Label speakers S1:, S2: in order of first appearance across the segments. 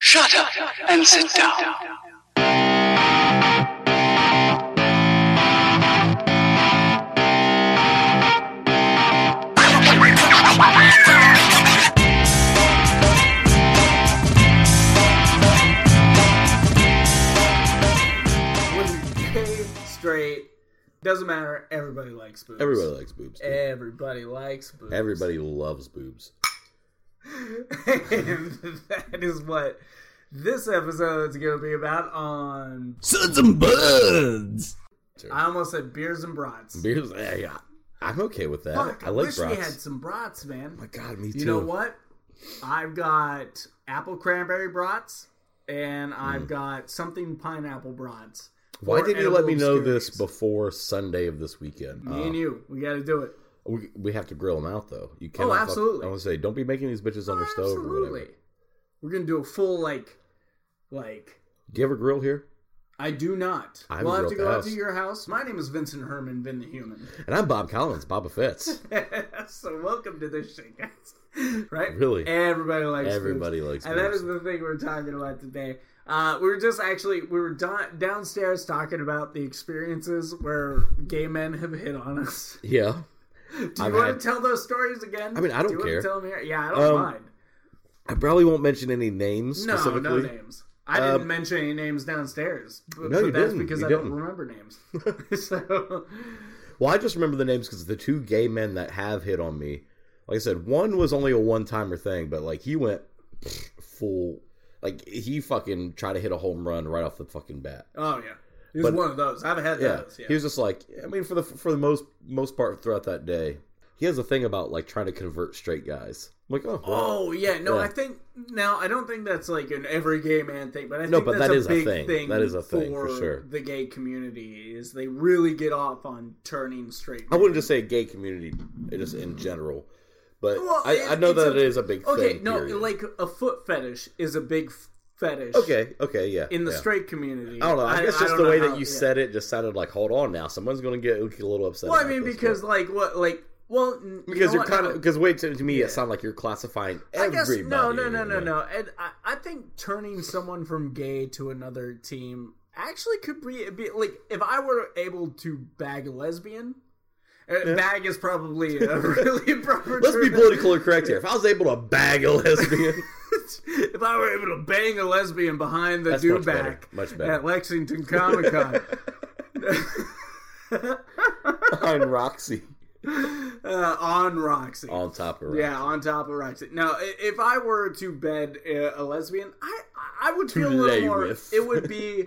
S1: Shut up and sit down.
S2: Whether gay, straight, doesn't matter. Everybody likes boobs.
S3: Everybody likes boobs. dude.
S2: Eh. Everybody likes boobs.
S3: Everybody loves boobs.
S2: and that is what this episode is going to be about. On
S3: Sons and buds.
S2: I almost said beers and brats.
S3: Beers. Yeah, yeah. I'm okay with that.
S2: Fuck,
S3: I like
S2: wish
S3: brats. Oh
S2: we had some brats, man.
S3: my God, me too.
S2: you know what? I've got apple cranberry brats, and I've got something pineapple brats.
S3: Hmm. Why
S2: Or
S3: didn't you let me
S2: edible
S3: know this
S2: scaries.
S3: before Sunday of this weekend?
S2: Me
S3: Uh,
S2: and you, we got to do it.
S3: we, we have to grill them out though. You cannot. fuck-
S2: absolutely.
S3: I want to say, don't be making these bitches on their stove or
S2: Absolutely.
S3: whatever.
S2: We're gonna do a full like, like
S3: Do you have a grill here?
S2: I do not.
S3: I
S2: we'll have
S3: haven't
S2: to
S3: built
S2: go
S3: the
S2: out to
S3: house.
S2: your house. My name is Vincent Herman, Vin the Human.
S3: And I'm Bob Collins, Boba Fitz.
S2: so welcome to this shit, guys. Right?
S3: Really?
S2: Everybody likes boobs.
S3: Everybody likes
S2: And that
S3: boobs.
S2: is the thing we're talking about today. Uh, we were just actually we were do- downstairs talking about the experiences where gay men have hit on us.
S3: yeah.
S2: Do you
S3: I've
S2: want
S3: had-
S2: to tell those stories again?
S3: I mean, I don't
S2: Do you
S3: care.
S2: Want to tell them here? Yeah, I don't
S3: Um,
S2: mind.
S3: I probably won't mention any names
S2: No, no
S3: specifically. Uh,
S2: names. I didn't mention any names downstairs, but,
S3: No,
S2: but
S3: you
S2: that's
S3: didn't.
S2: because
S3: You
S2: I
S3: didn't.
S2: don't remember names. so
S3: Well, I just remember the names because the two gay men that have hit on me, like I said, one was only a one timer thing, but like he went full, like he fucking tried to hit a home run right off the fucking bat.
S2: Oh yeah, he's
S3: But-
S2: one of those. I've had
S3: Yeah,
S2: those. Yeah.
S3: he was just like, I mean, for the for the most most part throughout that day, he has a thing about like trying to convert straight guys. I'm like, oh, well,
S2: oh yeah, no,
S3: Yeah.
S2: I think now I don't think that's like an every gay man thing, but I think
S3: No, but
S2: that's
S3: that
S2: a
S3: is a
S2: big
S3: thing. That is a thing, for sure.
S2: The gay community is they really get off on turning straight.
S3: I wouldn't just say gay community, just in general, but
S2: Well,
S3: I, I know
S2: it's
S3: that
S2: a-
S3: it is a big
S2: okay,
S3: thing.
S2: no,
S3: period.
S2: like a foot fetish is a big f- fetish.
S3: okay, okay, yeah,
S2: in the
S3: yeah.
S2: straight community.
S3: I don't know. I, guess just
S2: don't
S3: the
S2: know
S3: way
S2: how-
S3: that you
S2: yeah.
S3: said it just sounded like, hold on now, someone's going to get a little upset.
S2: Well, I
S3: about
S2: mean,
S3: this,
S2: because
S3: but-
S2: like what, like well, n- you
S3: because
S2: know
S3: you are
S2: what?
S3: kind
S2: No.
S3: of because wait to, to me it sounded like you're classifying
S2: I
S3: everybody.
S2: guess no, no, no, no,
S3: Yeah.
S2: no. And I, I think turning someone from gay to another team actually could be, be like if I were able to bag a lesbian. uh, Bag is probably a really proper.
S3: Let's be
S2: term.
S3: politically correct here. If I was able to bag a lesbian,
S2: if I were able to bang a lesbian behind the
S3: That's much
S2: do
S3: better,
S2: bag
S3: much better.
S2: at Lexington Comic Con,
S3: I'm Roxy
S2: uh, on Roxy.
S3: on top of Roxy.
S2: Yeah, on top of Roxy. Now, i- if I were to bed uh, a lesbian, I I would feel a little
S3: lay
S2: more.
S3: with.
S2: It would be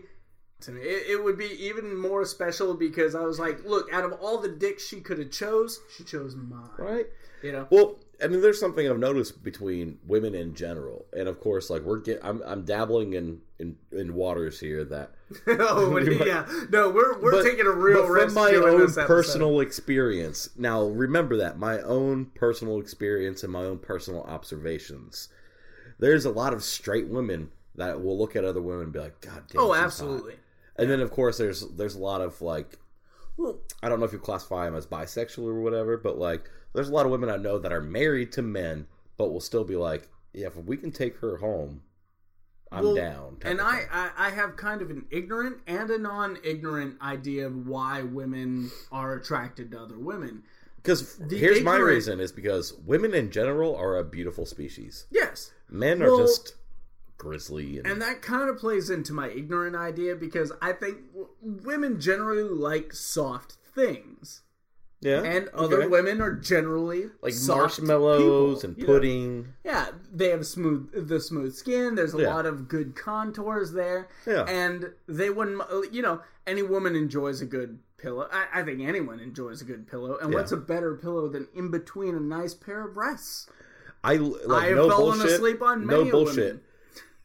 S2: to me. It, it would be even more special because I was like, look, out of all the dicks she could have chose, she chose mine.
S3: right.
S2: You know.
S3: Well, I mean, there's something I've noticed between women in general, and of course, like we're get, I'm I'm dabbling in in, in waters here that
S2: oh, yeah. No, we're we're
S3: But-
S2: taking a real
S3: but
S2: risk.
S3: from my
S2: doing
S3: own
S2: this episode.
S3: personal experience. Now, remember that my own personal experience and my own personal observations. There's a lot of straight women that will look at other women and be like, "God damn."
S2: Oh,
S3: she's hot."
S2: absolutely.
S3: And then of course there's there's a lot of like
S2: Well,
S3: I don't know if you classify them as bisexual or whatever, but like there's a lot of women I know that are married to men but will still be like, "Yeah, if we can take her home, I'm
S2: Well,
S3: down." type
S2: and
S3: of
S2: I,
S3: thing.
S2: I I have kind of an ignorant and a non-ignorant idea of why women are attracted to other women.
S3: Because here's my
S2: ignorant-
S3: reason is because women in general are a beautiful species.
S2: Yes,
S3: Men
S2: Well-
S3: are just grizzly and,
S2: And that kind of plays into my ignorant idea because I think w- women generally like soft things,
S3: yeah,
S2: and
S3: okay.
S2: other women are generally
S3: like
S2: soft
S3: marshmallows
S2: people,
S3: and
S2: you know?
S3: pudding.
S2: Yeah, they have smooth the smooth skin. There's a
S3: Yeah.
S2: lot of good contours there,
S3: Yeah.
S2: and they wouldn't. uh, You know, any woman enjoys a good pillow. I, I think anyone enjoys a good pillow. And
S3: Yeah.
S2: what's a better pillow than in between a nice pair of breasts?
S3: I like
S2: I have
S3: no
S2: fallen
S3: bullshit.
S2: asleep on
S3: no
S2: many
S3: bullshit.
S2: women.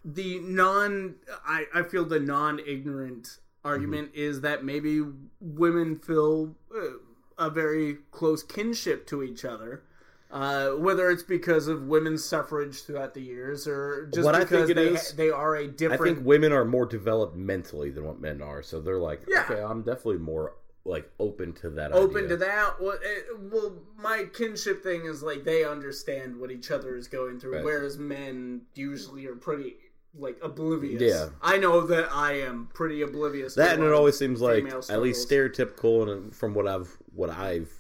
S2: The non, I, I feel the non-ignorant argument
S3: Mm-hmm.
S2: is that maybe women feel uh, a very close kinship to each other, uh, whether it's because of women's suffrage throughout the years or just
S3: What I
S2: because
S3: think it
S2: they
S3: is-
S2: they are a
S3: I
S2: different.
S3: think women are more developed mentally than what men are, so they're like,
S2: Yeah.
S3: okay, I'm definitely more like open to that.
S2: open
S3: idea.
S2: to that. Well, it, well, my kinship thing is like they understand what each other is going through,
S3: Right.
S2: whereas men usually are pretty like oblivious.
S3: Yeah.
S2: I know that I am pretty oblivious. to
S3: That and
S2: what
S3: it always seems like
S2: female
S3: at least
S2: struggles.
S3: stereotypical and from what I've what I've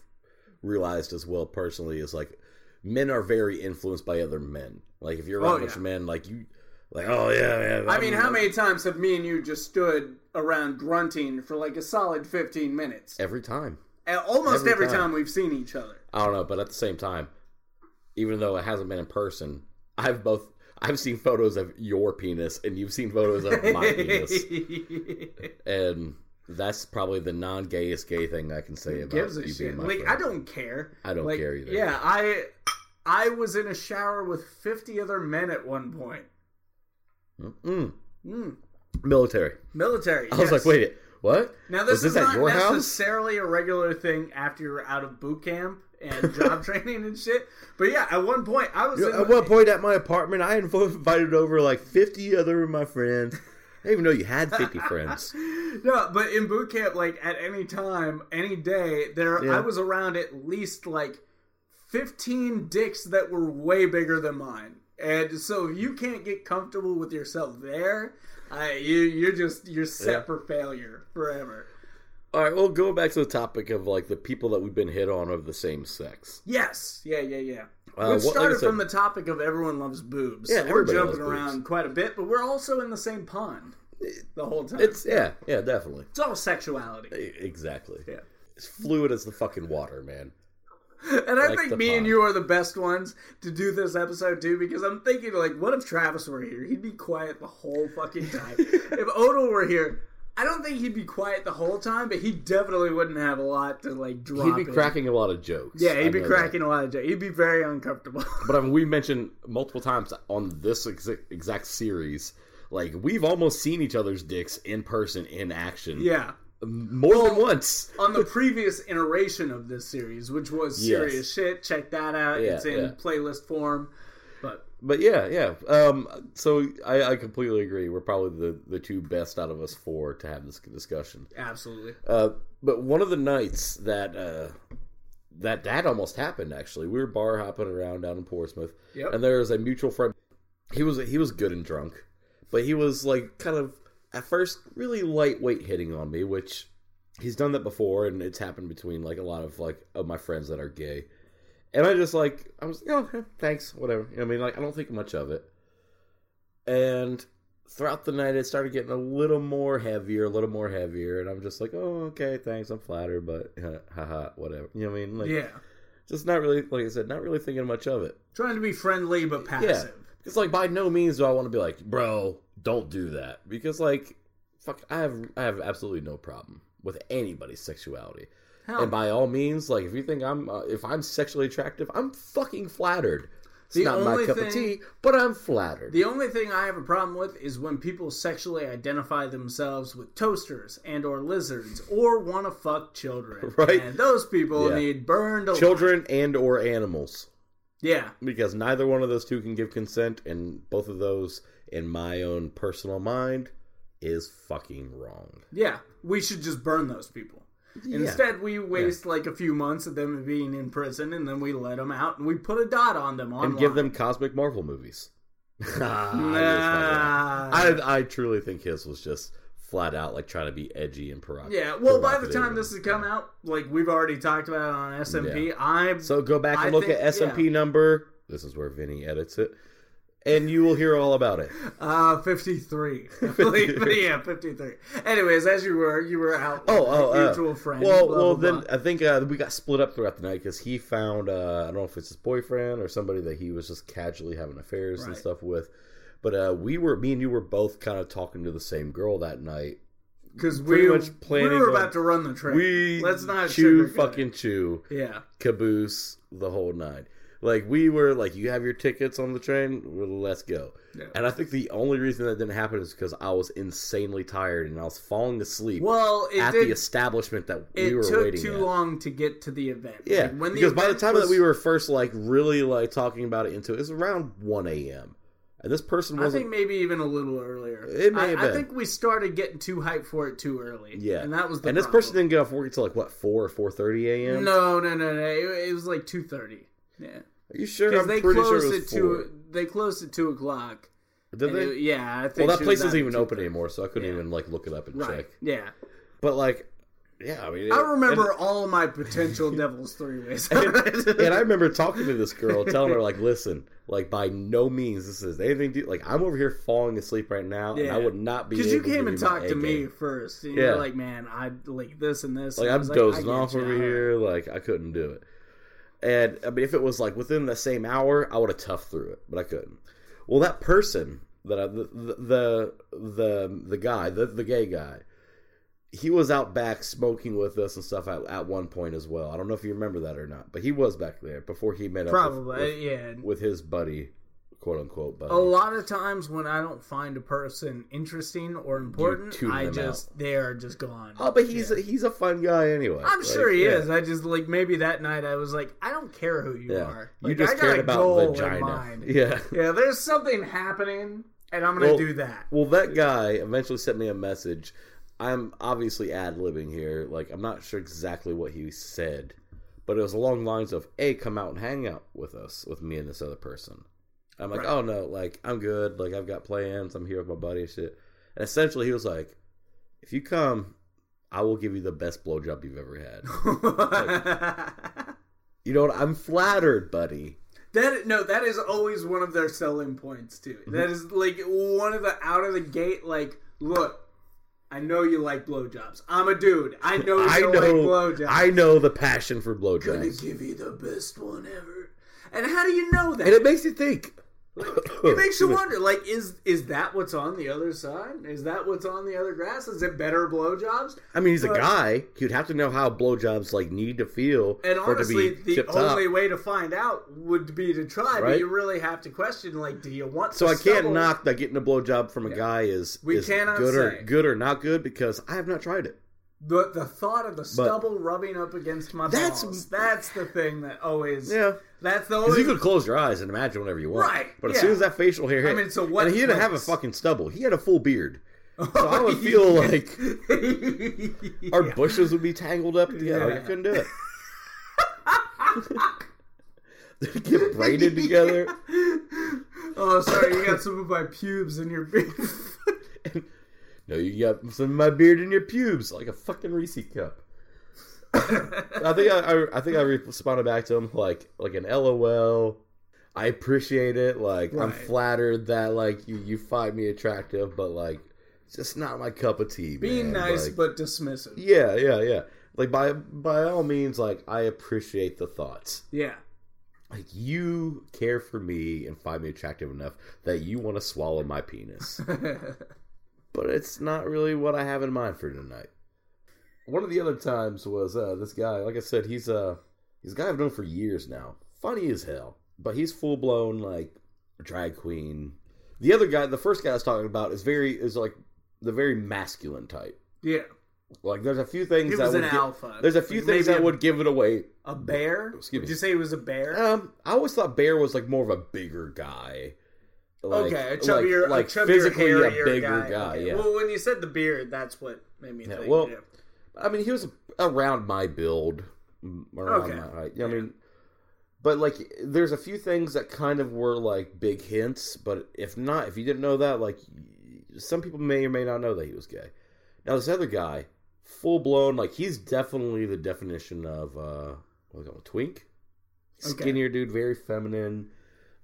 S3: realized as well personally is like men are very influenced by other men. Like if you're
S2: Oh,
S3: around a bunch
S2: yeah.
S3: of men, like you, like oh yeah, yeah.
S2: I mean, how many times have me and you just stood around grunting for like a solid fifteen minutes?
S3: Every time.
S2: Uh, Almost
S3: Every
S2: every,
S3: time.
S2: time. we've seen each other.
S3: I don't know, but at the same time, even though it hasn't been in person, I've both I've seen photos of your penis and you've seen photos of my penis, and that's probably the non-gayest gay thing I can say about
S2: gives
S3: you
S2: a
S3: being
S2: shit.
S3: my
S2: Like
S3: friend.
S2: I don't care.
S3: I don't
S2: Like,
S3: care either.
S2: Yeah, I I was in a shower with fifty other men at one point.
S3: Mm.
S2: Mm,
S3: military.
S2: military.
S3: I was like, wait, what?
S2: Now this
S3: was this
S2: is
S3: at
S2: not
S3: your house?
S2: necessarily a regular thing after you're out of boot camp and job training and shit. But yeah, at one point I was
S3: You
S2: in
S3: know, at
S2: the-
S3: one point at my apartment, I inv- invited over like 50 other of my friends. I didn't even know you had 50 friends.
S2: No, but in boot camp, like at any time, any day, there
S3: Yeah.
S2: I was around at least like fifteen dicks that were way bigger than mine. And so if you can't get comfortable with yourself there, I, you you're just you're set
S3: Yeah.
S2: for failure forever.
S3: All right, well, going back to the topic of like the people that we've been hit on of the same sex.
S2: Yes, yeah, yeah, yeah.
S3: Uh,
S2: We've
S3: what- like I
S2: started
S3: said-
S2: from the topic of everyone loves boobs.
S3: Yeah,
S2: so we're
S3: everybody loves
S2: jumping around quite a bit, but we're also in the same pond the whole time. It's,
S3: It's yeah, yeah, definitely,
S2: all sexuality.
S3: E- exactly.
S2: Yeah.
S3: It's fluid as the fucking water, man.
S2: And I
S3: Like the
S2: think me
S3: pond.
S2: and you are the best ones to do this episode too, because I'm thinking like, what if Travis were here? He'd be quiet the whole fucking time. if Odell were here, I don't think he'd be quiet the whole time, but he definitely wouldn't have a lot to like drop.
S3: He'd be
S2: in.
S3: cracking a lot of jokes.
S2: Yeah,
S3: I
S2: he'd be
S3: know that.
S2: cracking a lot of jokes. He'd be very uncomfortable.
S3: But I mean, we mentioned multiple times on this ex- exact series, like we've almost seen each other's dicks in person in action.
S2: yeah.
S3: more than once.
S2: on the previous iteration of this series, which was
S3: Yes.
S2: serious shit. Check that out.
S3: Yeah,
S2: it's in
S3: yeah.
S2: playlist form. But
S3: But yeah, yeah. Um, so I, I completely agree. We're probably the, the two best out of us four to have this discussion.
S2: absolutely.
S3: Uh, but one of the nights that uh, that that almost happened, actually, we were bar hopping around down in Portsmouth,
S2: Yep.
S3: and there was a mutual friend. He was he was good and drunk, but he was like kind of at first really lightweight hitting on me, which he's done that before, and it's happened between like a lot of like of my friends that are gay. And I just like I was like, oh, okay, thanks, whatever. You know what I mean, like I don't think much of it. And throughout the night, it started getting a little more heavier, a little more heavier, and I'm just like, oh, okay, thanks, I'm flattered, but haha, whatever. You know what I mean? Like,
S2: yeah.
S3: just not really, like I said, not really thinking much of it.
S2: Trying to be friendly but passive.
S3: It's like by no means do I want to be like, bro, don't do that, because like, fuck, I have, I have absolutely no problem with anybody's sexuality.
S2: Hell,
S3: And by all means, like if you think I'm uh, if I'm sexually attractive, I'm fucking flattered. It's
S2: The
S3: not my
S2: only
S3: cup of
S2: thing-
S3: tea, but I'm flattered.
S2: the only thing I have a problem with is when people sexually identify themselves with toasters and or lizards or want to fuck children.
S3: Right.
S2: And those people
S3: Yeah.
S2: need burned alive.
S3: Children and or animals,
S2: Yeah.
S3: because neither one of those two can give consent, and both of those, in my own personal mind, is fucking wrong.
S2: Yeah. We should just burn those people. Instead, we waste like a few months of them being in prison, and then we let them out, and we put a dot on them online.
S3: and give them cosmic Marvel movies. I,
S2: Nah.
S3: I truly think his was just flat out like trying to be edgy and provocative.
S2: yeah. Well, by the time this has come out, like we've already talked about it on SMP, I'm
S3: So go back and
S2: I
S3: look
S2: think-
S3: at SMP number. This is where Vinny edits it, and you will hear all about it.
S2: uh, 53. I believe. yeah, 53. Anyways, as you were, you were out.
S3: Oh,
S2: with
S3: oh,
S2: a
S3: uh,
S2: mutual friend.
S3: Well,
S2: blah,
S3: well,
S2: blah,
S3: then
S2: blah.
S3: I think uh, we got split up throughout the night because he found uh, I don't know if it's his boyfriend or somebody that he was just casually having affairs and
S2: Right.
S3: stuff with. But uh, we were, me and you were both kind of talking to the same girl that night.
S2: because we,
S3: pretty much planning
S2: we were
S3: on-
S2: about to run the train.
S3: We
S2: Let's not
S3: chew
S2: sugarcoat it.
S3: fucking chew
S2: yeah.
S3: caboose the whole nine. Like we were like, you have your tickets on the train. Well, Let's go.
S2: Yeah.
S3: And I think the only reason that didn't happen is because I was insanely tired and I was falling asleep
S2: Well, it
S3: at
S2: did.
S3: the establishment that
S2: it
S3: we were
S2: took
S3: waiting
S2: too
S3: at.
S2: long to get to the event.
S3: Yeah,
S2: Like, when the
S3: because by the
S2: event
S3: time that
S2: was-
S3: we were first like really like talking about it into it was around one a.m. and this person
S2: I
S3: wasn't.
S2: think maybe even a little earlier.
S3: It may
S2: I,
S3: have
S2: I
S3: been.
S2: think we started getting too hyped for it too early.
S3: yeah,
S2: and that was the
S3: and this
S2: problem.
S3: person didn't get off work until like what four or four thirty a.m.
S2: No, no, no, no. It, it was like two thirty. Yeah,
S3: are you sure?
S2: because
S3: I'm
S2: they
S3: pretty sure
S2: closed
S3: it
S2: at
S3: was
S2: two. They closed at two o'clock,
S3: Did
S2: And
S3: they?
S2: it- yeah, I think
S3: well, that
S2: she was
S3: place
S2: out
S3: isn't
S2: in
S3: even
S2: two
S3: open
S2: thirds.
S3: anymore, so I couldn't
S2: Yeah.
S3: even like look it up and
S2: Right.
S3: check.
S2: Yeah.
S3: But like, yeah, I mean, it-
S2: I remember all of my potential Devil's Three Ways.
S3: And, and I remember talking to this girl, telling her like, "Listen, like by no means this is anything to like. I'm over here falling asleep right now, and I
S2: Yeah.
S3: would not be
S2: Because you
S3: able to
S2: came
S3: give
S2: and
S3: my
S2: talked
S3: A
S2: to me
S3: game.
S2: first. And
S3: Yeah.
S2: You're like, man, I like this and this.
S3: Like
S2: And I
S3: I'm
S2: was
S3: dozing
S2: I get
S3: off
S2: you.
S3: over here. Like I couldn't do it. And I mean, if it was like within the same hour, I would have toughed through it, but I couldn't. Well, that person that I, the, the the the guy, the the gay guy, he was out back smoking with us and stuff at, at one point as well. I don't know if you remember that or not, but he was back there before he met up with-
S2: Probably,
S3: with,
S2: yeah.
S3: with uh, his buddy, quote unquote buddy.
S2: A lot of times when I don't find a person interesting or important,
S3: tune
S2: I
S3: them
S2: just they are just gone.
S3: Oh, but he's a, he's a fun guy anyway.
S2: I'm
S3: Like,
S2: sure he
S3: yeah.
S2: is. I just like maybe that night I was like, I don't care who you
S3: Yeah.
S2: are.
S3: you
S2: Like, I
S3: just
S2: got
S3: cared
S2: a
S3: about
S2: goal in
S3: vagina.
S2: mind.
S3: Yeah.
S2: Yeah, there's something happening, and I'm gonna
S3: Well-
S2: do that.
S3: Well, that guy eventually sent me a message. I'm obviously ad libbing here. Like, I'm not sure exactly what he said, but it was along the lines of, "Hey, come out and hang out with us, with me and this other person." I'm like,
S2: Right.
S3: "Oh no, like I'm good. Like I've got plans. I'm here with my buddy and shit." And essentially, he was like, "If you come, I will give you the best blowjob you've ever had." you know what? I'm flattered, buddy.
S2: That no, that is always one of their selling points too.
S3: Mm-hmm.
S2: That is like one of the out of the gate. Like, look, I know you like blowjobs. I'm a dude. I know you
S3: I know,
S2: like blowjobs.
S3: I know the passion for
S2: I'm gonna
S3: blowjobs,
S2: give you the best one ever. And how do you know that?
S3: and it makes you think.
S2: It makes you wonder, like, is is that what's on the other side? Is that what's on the other grass? Is it better blowjobs?
S3: I mean, he's a
S2: But-
S3: guy. He'd have to know how blowjobs like need to feel
S2: And
S3: for it to
S2: honestly,
S3: be
S2: the
S3: tipped
S2: only
S3: up.
S2: way to find out would be to try,
S3: Right.
S2: but you really have to question, like, do you want?
S3: So
S2: to
S3: I can't
S2: stubble?
S3: knock that getting a blowjob from a guy is
S2: We
S3: is
S2: cannot
S3: good or
S2: say.
S3: good or not good because I have not tried it.
S2: the the thought of the stubble rubbing up against my
S3: That's-
S2: balls. That's the thing that always.
S3: Yeah.
S2: That's the
S3: 'Cause
S2: only.
S3: you could close your eyes and imagine whatever you want,
S2: Right,
S3: But as
S2: yeah.
S3: soon as that facial hair hit,
S2: mean, so what
S3: and he didn't have a
S2: place?
S3: fucking stubble; he had a full beard. So I would feel like our bushes would be tangled up. together. Like, I
S2: Yeah.
S3: couldn't do it. They'd get braided together.
S2: oh, sorry, you got some of my pubes in your beard.
S3: No, you got some of my beard in your pubes, like a fucking Reese cup. I think I, I, I think I responded back to him like like an LOL. I appreciate it. Like I'm
S2: Right.
S3: flattered that like you you find me attractive, but like it's just not my cup of tea.
S2: Being
S3: man.
S2: nice
S3: Like,
S2: but dismissive.
S3: yeah, yeah, yeah. Like by by all means, like I appreciate the thoughts.
S2: Yeah.
S3: Like you care for me and find me attractive enough that you want to swallow my penis. but it's not really what I have in mind for tonight. One of the other times was uh, this guy. Like I said, he's uh, he's a guy I've known for years now. Funny as hell, but he's full blown like drag queen. The other guy, the first guy I was talking about, is very is like the very masculine type.
S2: yeah.
S3: Like there's a few things
S2: He
S3: that
S2: was
S3: would
S2: an
S3: gi-
S2: alpha.
S3: there's a few
S2: Like,
S3: things
S2: maybe
S3: that
S2: a-
S3: would give it away.
S2: A bear?
S3: Excuse
S2: Did
S3: me.
S2: you say it was a bear?
S3: Um, I always thought Bear was like more of a bigger guy. Like-
S2: okay, a chubbier, a chubbier, hairier guy. Okay.
S3: Yeah.
S2: Well, when you said the beard, that's what made me
S3: Yeah,
S2: think.
S3: well,
S2: yeah.
S3: I mean, he was around my build, m- around
S2: Okay.
S3: my height. I mean, but like, there's a few things that kind of were like big hints. But if not, if you didn't know that, like, some people may or may not know that he was gay. Now this other guy, full blown, like he's definitely the definition of uh, what do they call it, twink,
S2: Okay.
S3: skinnier dude, very feminine,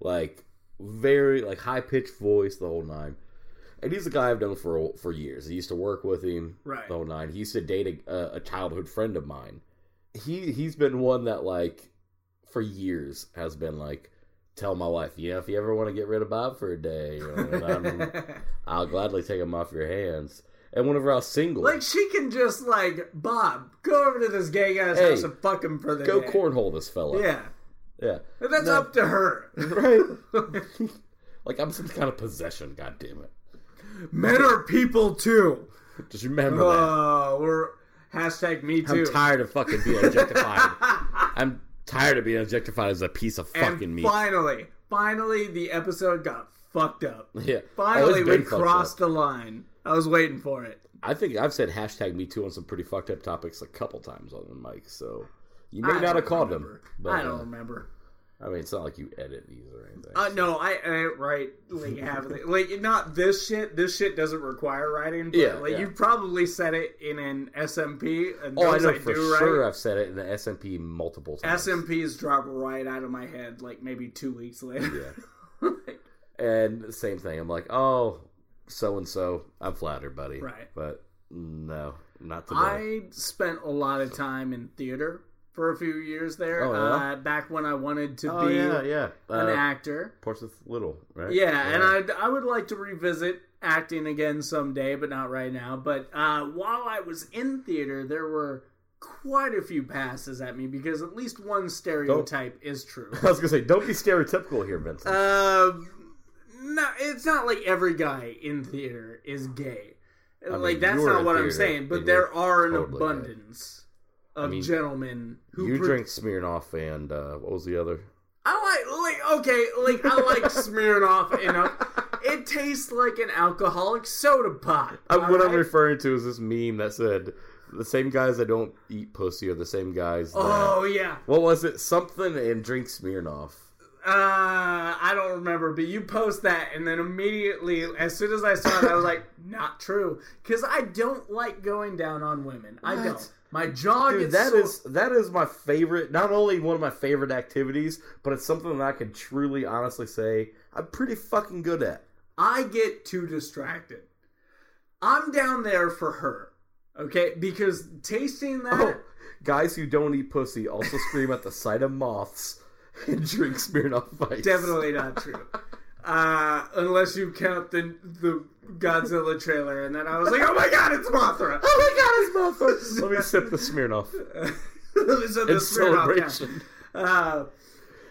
S3: like very like high pitched voice the whole nine. And he's a guy I've known for for years. I used to work with him
S2: Right.
S3: the whole nine. He used to date a, a, a childhood friend of mine. He he's been one that like for years has been like tell my wife, you know, if you ever want to get rid of Bob for a day, you know, I'm- I'll gladly take him off your hands. And whenever I was single,
S2: like she can just like Bob, go over to this gay guy's
S3: Hey,
S2: house and fuck him for the
S3: go
S2: day.
S3: cornhole this fella.
S2: Yeah,
S3: yeah,
S2: But that's
S3: No.
S2: up to her.
S3: right. like I'm some kind of possession. God damn it!
S2: Men are people too.
S3: Just remember that.
S2: Oh, we're hashtag me
S3: I'm
S2: too.
S3: tired of fucking being objectified. I'm tired of being objectified as a piece of
S2: And
S3: fucking meat.
S2: finally, finally, the episode got fucked up.
S3: yeah. Oh,
S2: Finally,
S3: it's
S2: we
S3: been fucked
S2: crossed
S3: up.
S2: the line. I was waiting for it.
S3: I think I've said hashtag me too on some pretty fucked up topics a couple times on the mic, so you may
S2: I
S3: not
S2: don't
S3: have called them.
S2: remember. I don't
S3: uh,
S2: remember.
S3: I mean, it's not like you edit these or anything.
S2: Uh, no, I edit right like half of it. Like not this shit. This shit doesn't require writing. But,
S3: Yeah,
S2: like
S3: yeah.
S2: you probably said it in an SMP. And
S3: Oh, I
S2: those
S3: know for
S2: do
S3: sure.
S2: Right,
S3: I've said it in the SMP multiple times.
S2: SMPs drop right out of my head. Like maybe two weeks later. Yeah.
S3: and same thing. I'm like, oh, so and so. I'm flattered, buddy.
S2: Right.
S3: But no, not today.
S2: I spent a lot of time in theater for a few years there.
S3: Oh, yeah?
S2: uh, back when I wanted to
S3: oh
S2: be
S3: yeah, yeah.
S2: an
S3: Uh,
S2: actor.
S3: Portsmouth Little, right?
S2: Yeah, and I I would like to revisit acting again someday, but not right now. But uh, while I was in theater, there were quite a few passes at me because at least one stereotype is true.
S3: I was gonna say, don't be stereotypical here,
S2: Uh, Um,
S3: Vincent.
S2: no, it's not like every guy in theater is gay.
S3: mean,
S2: like that's
S3: you're
S2: not
S3: in
S2: what I'm
S3: theater,
S2: saying, but
S3: and
S2: there
S3: you're
S2: are an
S3: totally gay.
S2: abundance of
S3: mean,
S2: gentlemen who
S3: you
S2: pre-
S3: drink Smirnoff and uh, what was the other?
S2: I like like okay, like I like Smirnoff enough. It tastes like an alcoholic soda pop.
S3: Uh, what I'm
S2: alright?
S3: referring to is this meme that said, "The same guys that don't eat pussy are the same guys." That,
S2: Oh yeah,
S3: What was it? Something and drink Smirnoff.
S2: uh, I don't remember, but you post that, and then immediately, as soon as I saw it, I was like, "Not true," because I don't like going down on women. I
S3: What?
S2: don't. My jaw
S3: Dude,
S2: gets
S3: that
S2: sore.
S3: is that is my favorite. Not only one of my favorite activities, but it's something that I can truly, honestly say I'm pretty fucking good at.
S2: I get too distracted. I'm down there for her, okay? Because tasting that.
S3: Oh, guys who don't eat pussy also scream at the sight of moths and drink Smirnoff Ice.
S2: Definitely not true. Uh, unless you count the the Godzilla trailer, and then I was like, "Oh my god, it's Mothra!"
S3: Oh my god, it's Mothra! Let me sip the Smirnoff
S2: so
S3: in
S2: the Smirnoff count.
S3: celebration.
S2: Uh,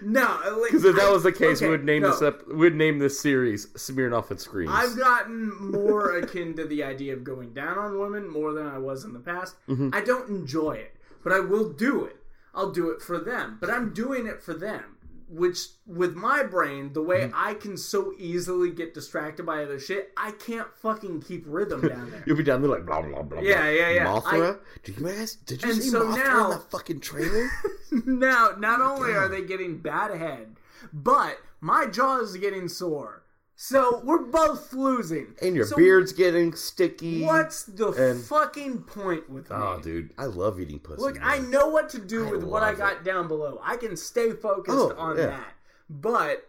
S2: no,
S3: Because if that was the case, we would name
S2: this
S3: this up. We'd name this series Smirnoff and Screams.
S2: I've gotten more akin to the idea of going down on women more than I was in the past.
S3: Mm-hmm.
S2: I don't enjoy it, but I will do it. I'll do it for them, but I'm doing it for them. Which, with my brain, the way
S3: Mm-hmm.
S2: I can so easily get distracted by other shit, I can't fucking keep rhythm down there.
S3: You'll be down there like blah blah blah.
S2: Yeah,
S3: blah.
S2: yeah, yeah.
S3: Mothra, did you ask? Did you
S2: And
S3: see
S2: so
S3: Mothra
S2: now-
S3: in that fucking trailer?
S2: now, not
S3: Oh
S2: only are they getting bad head, but my jaw is getting sore. So we're both losing.
S3: and your
S2: So
S3: beard's getting sticky.
S2: What's the
S3: and-
S2: fucking point with me?
S3: Oh, dude, I love eating pussy.
S2: Look,
S3: man.
S2: I know what to do
S3: I
S2: with what I
S3: love
S2: got down below. I can stay focused
S3: Oh,
S2: on
S3: yeah.
S2: that. But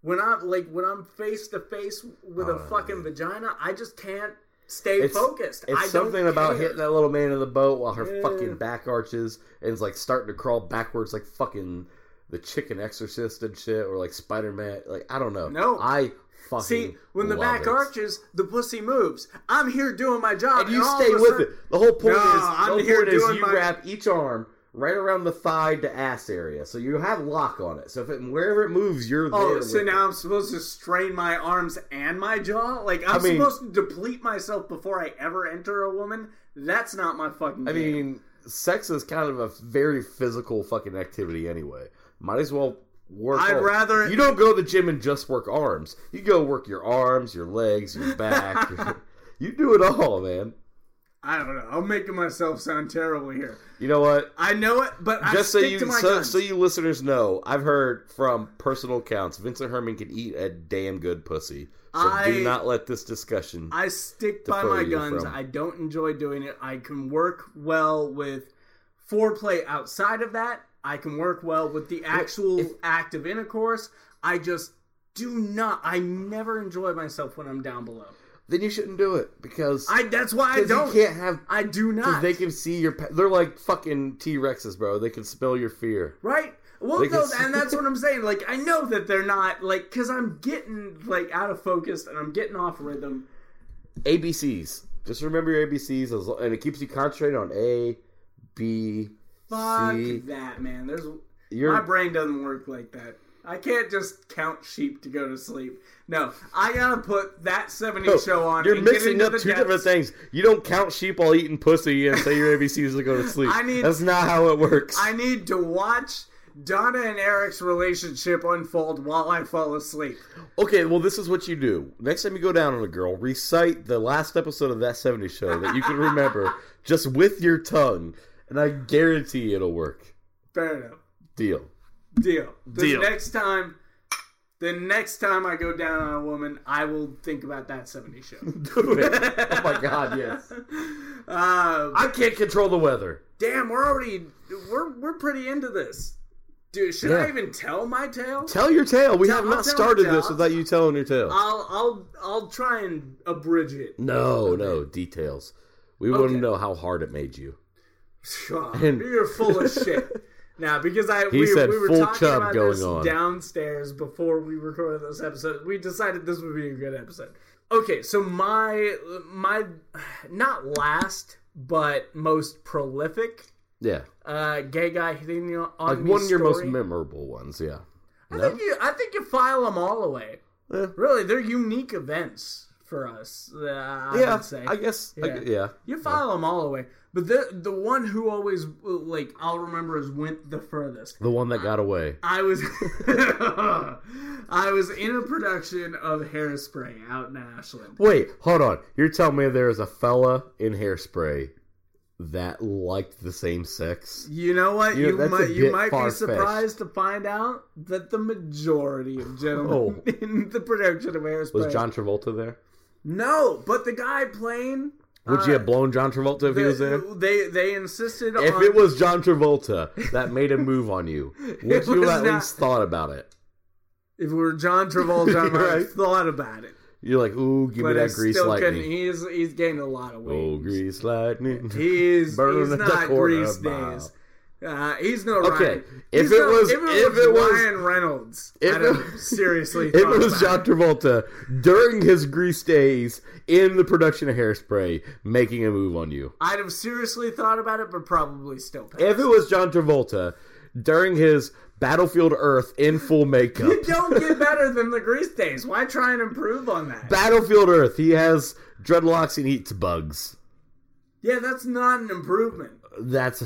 S2: when I'm like when I'm face to face with a
S3: Oh,
S2: fucking vagina, I just can't stay
S3: It's-
S2: focused.
S3: It's
S2: I don't
S3: something about
S2: care.
S3: hitting that little man in the boat while her
S2: Yeah.
S3: fucking back arches and it's like starting to crawl backwards like fucking the chicken exorcist and shit or like Spider Man. Like I don't know.
S2: No.
S3: I fucking
S2: See, when the
S3: love
S2: back
S3: it.
S2: arches, the pussy moves. I'm here doing my job.
S3: and you
S2: all
S3: stay
S2: of a
S3: with
S2: sudden-
S3: it. The whole point
S2: No, I'm
S3: is, the whole
S2: here
S3: point is
S2: doing
S3: you
S2: my-
S3: wrap each arm right around the thigh to ass area, so you have lock on it. So if it, wherever it moves, you're
S2: Oh,
S3: there.
S2: so
S3: with
S2: now
S3: it.
S2: I'm supposed to strain my arms and my jaw? Like I'm
S3: I mean-
S2: supposed to deplete myself before I ever enter a woman? That's not my fucking.
S3: I
S2: game.
S3: mean, sex is kind of a very physical fucking activity anyway. Might as well work.
S2: I'd
S3: all-
S2: rather-
S3: you don't go to the gym and just work arms. You go work your arms, your legs, your back. your- you do it all, man.
S2: I don't know. I'm making myself sound terrible here.
S3: You know what?
S2: I know it, but I
S3: Just so
S2: stick
S3: you,
S2: to my
S3: so,
S2: guns.
S3: so you listeners know, I've heard from personal accounts, Vincent Herman can eat a damn good pussy. So
S2: I-
S3: do not let this discussion.
S2: I stick by
S3: Defer
S2: my
S3: you
S2: guns.
S3: from-
S2: I don't enjoy doing it. I can work well with foreplay outside of that. I can work well with the actual
S3: if-
S2: act of intercourse. I just do not. I never enjoy myself when I'm down below.
S3: then you shouldn't do it because
S2: I. That's why I
S3: 'cause
S2: don't.
S3: you can't have.
S2: I do not.
S3: They can see your. pa- They're like fucking T Rexes, bro. They can smell your fear.
S2: Right? Well,
S3: Like
S2: no,
S3: it's-
S2: and that's what I'm saying. Like, I know that they're not like because I'm getting like out of focus and I'm getting off rhythm.
S3: ABCs. Just remember your ABCs, as lo- and it keeps you concentrated on A, B,
S2: Fuck
S3: C.
S2: that, man. There's my
S3: Your
S2: brain doesn't work like that. I can't just count sheep to go to sleep. No, I gotta put that 70s show on.
S3: Oh, You're
S2: and get
S3: mixing
S2: into
S3: up
S2: the
S3: two
S2: depths.
S3: different things. You don't count sheep while eating pussy and say your ABCs to go to sleep.
S2: I need-
S3: That's not how it works.
S2: I need to watch Donna and Eric's relationship unfold while I fall asleep.
S3: Okay, well, this is what you do. Next time you go down on a girl, recite the last episode of that 70s show that you can remember just with your tongue, and I guarantee it'll work.
S2: Fair enough.
S3: Deal.
S2: Deal. The
S4: Deal.
S2: next time, the next time I go down on a woman, I will think about that '70s show.
S4: oh my god, yes.
S2: Uh,
S4: I can't control the weather.
S2: damn, we're already we're we're pretty into this, dude. Should I
S3: Yeah.
S2: even tell my tale?
S3: Tell your tale. We
S2: Tell-
S3: have
S2: I'll
S3: not
S2: tell
S3: started
S2: my tale. Uh,
S3: this without you telling your tale.
S2: I'll I'll I'll try and abridge it.
S3: no, no details. We want
S2: Okay.
S3: to know how hard it made you.
S2: Sure, you're full of shit. Now, because I we,
S3: said
S2: we were
S3: full
S2: talking
S3: chub
S2: about
S3: going
S2: this
S3: on.
S2: downstairs before we recorded this episode, we decided this would be a good episode. Okay, so my my not last but most prolific
S3: Yeah,
S2: uh, gay guy hitting you on
S3: like
S2: me
S3: one of your most
S2: story.
S3: memorable ones. Yeah.
S2: I think you I think you file them all away.
S3: Yeah.
S2: Really, they're unique events for us. uh, I
S3: yeah,
S2: would say.
S3: I guess. I
S2: Yeah.
S3: gu- yeah.
S2: You file them all away, but the the one who always like I'll remember is went the furthest.
S3: The one that got away.
S2: I was I was in a production of Hairspray out in Ashland.
S3: Wait, hold on. You're telling me there is a fella in hairspray that liked the same sex?
S2: You know what?
S3: You-
S2: You,
S3: that's a
S2: might you
S3: bit
S2: might be
S3: far-fetched.
S2: surprised to find out that the majority of gentlemen
S3: Oh.
S2: in the production of Hairspray
S3: Was John Travolta there?
S2: No, but the guy playing
S3: Would you have blown John Travolta if he was there?
S2: the, they they insisted
S3: If
S2: on
S3: it was John Travolta that made a move on you, would
S2: It
S3: you
S2: was
S3: at
S2: not-
S3: least thought about it?
S2: if it were John Travolta, I might have
S3: Right.
S2: thought about it.
S3: You're like, ooh, give me
S2: but I
S3: that grease
S2: still couldn't.
S3: lightning.
S2: He's he's gained a lot of weight.
S3: Oh, grease lightning.
S2: He's
S3: Burn
S2: he's
S3: the
S2: not
S3: quarter
S2: grease
S3: mile.
S2: days. Uh, he's no
S3: Okay,
S2: Ryan.
S3: if
S2: He's
S3: it
S2: not-
S3: was- if it was-
S2: Ryan Reynolds,
S3: if
S2: I
S3: it-
S2: don't seriously.
S3: It
S2: thought
S3: was John
S2: about
S3: Travolta during his grease days in the production of Hairspray making a move on you.
S2: I'd have seriously thought about it, but probably still. Passed.
S3: If it was John Travolta during his Battlefield Earth in full makeup,
S2: you don't get better than the grease days. Why try and improve on that?
S3: Battlefield Earth, he has dreadlocks and eats bugs.
S2: yeah, that's not an improvement.
S3: That's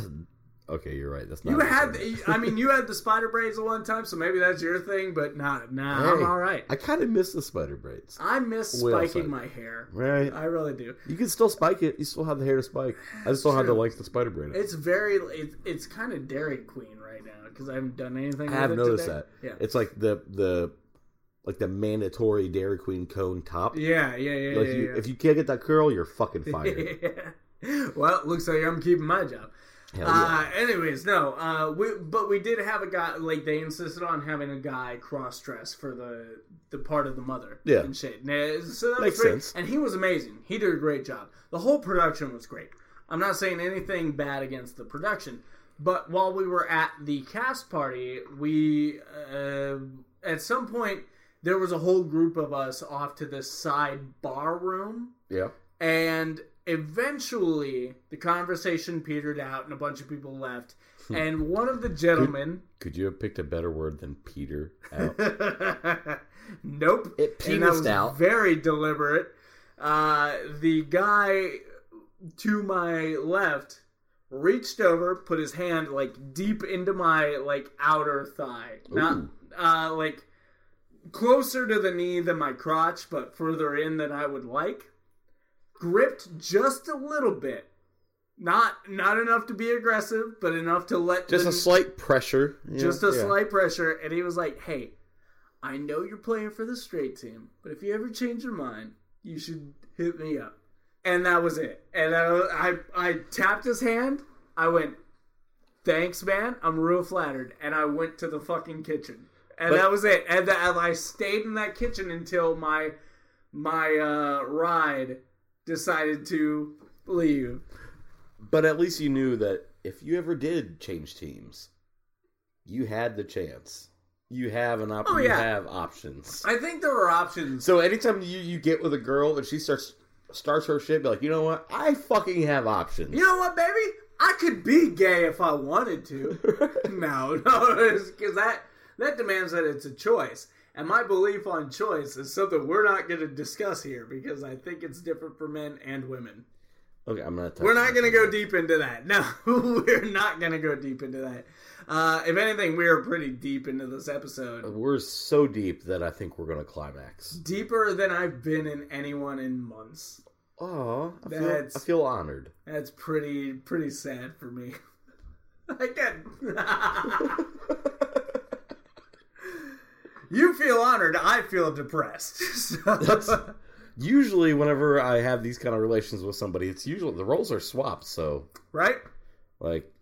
S3: okay. You're right. That's not.
S2: You
S3: what
S2: had,
S3: I'm saying.
S2: I mean, you had the spider braids at one time, so maybe that's your thing. But nah, nah, I'm
S3: Hey,
S2: all right.
S3: I kind of miss the spider braids.
S2: I miss
S3: Well
S2: spiking
S3: said.
S2: my hair.
S3: Right.
S2: I really do.
S3: You can still spike it. You still have the hair to spike. I just don't have the length to spider braid. It.
S2: It's very. It, it's kind of Dairy Queen right now because I haven't done anything.
S3: I
S2: with
S3: have
S2: it
S3: noticed
S2: today.
S3: that.
S2: Yeah.
S3: It's like the the like the mandatory Dairy Queen cone top.
S2: yeah, yeah, yeah,
S3: Like
S2: yeah.
S3: you,
S2: yeah.
S3: if you can't get that curl, you're fucking fired.
S2: well, it looks like I'm keeping my job.
S3: Hell yeah.
S2: Uh, anyways, no. Uh, we, but we did have a guy. Like they insisted on having a guy cross dress for the the part of the mother.
S3: Yeah.
S2: and shit. And, uh, so that
S3: Makes
S2: was great.
S3: sense.
S2: And he was amazing. He did a great job. The whole production was great. I'm not saying anything bad against the production, but while we were at the cast party, we uh, at some point there was a whole group of us off to this side bar room
S3: yeah.
S2: and eventually the conversation petered out and a bunch of people left
S3: Hmm.
S2: and one of the gentlemen
S3: Could you have picked a better word than Peter out?
S2: nope
S3: It
S2: and that
S3: petered
S2: was
S3: out.
S2: very deliberate uh, the guy to my left reached over put his hand like deep into my like outer thigh not
S3: Ooh.
S2: uh, like closer to the knee than my crotch but further in than i would like gripped just a little bit not not enough to be aggressive but enough to let
S3: just
S2: the-
S3: a slight pressure.
S2: just
S3: Yeah.
S2: a
S3: Yeah.
S2: slight pressure, and he was like, "Hey, I know you're playing for the straight team, but if you ever change your mind, you should hit me up." And that was it. And I, I, I tapped his hand. I went, "Thanks, man. I'm real flattered." And I went to the fucking kitchen, and
S3: But-
S2: that was it. And, that, and I stayed in that kitchen until my my uh, ride decided to leave.
S3: But at least you knew that if you ever did change teams, you had the chance. You have an op-
S2: Oh,
S3: you
S2: yeah.
S3: have options.
S2: I think there were options.
S3: So anytime you, you get with a girl and she starts starts her shit, be like, you know what? I fucking have options.
S2: You know what, baby? I could be gay if I wanted to. no, no, because that that demands that it's a choice. And my belief on choice is something we're not going to discuss here because I think it's different for men and women.
S3: Okay, I'm not.
S2: We're not going to go deep into that. No, we're not going to go deep into that. Uh, if anything, we are pretty deep into this episode.
S3: We're so deep that I think we're gonna climax.
S2: Deeper than I've been in anyone in months.
S3: Oh, I feel,
S2: That's-
S3: I feel honored.
S2: That's pretty pretty sad for me. I got You feel honored. I feel depressed. So-
S3: Usually, whenever I have these kind of relations with somebody, it's usually the roles are swapped. So,
S2: right?
S3: like,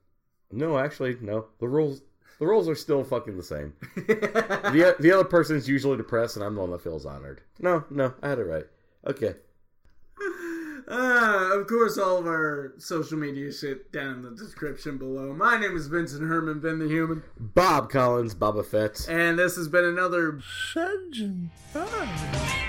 S3: no, actually, no, the roles the roles are still fucking the same. the The other person's usually depressed, and I'm the one that feels honored. No, no, I had it right. Okay,
S2: Uh, of course, all of our social media shit down in the description below. My name is Vincent Herman, Ben the Human,
S3: Bob Collins, Boba Fett.
S2: and this has been another
S5: Surgeon Bob.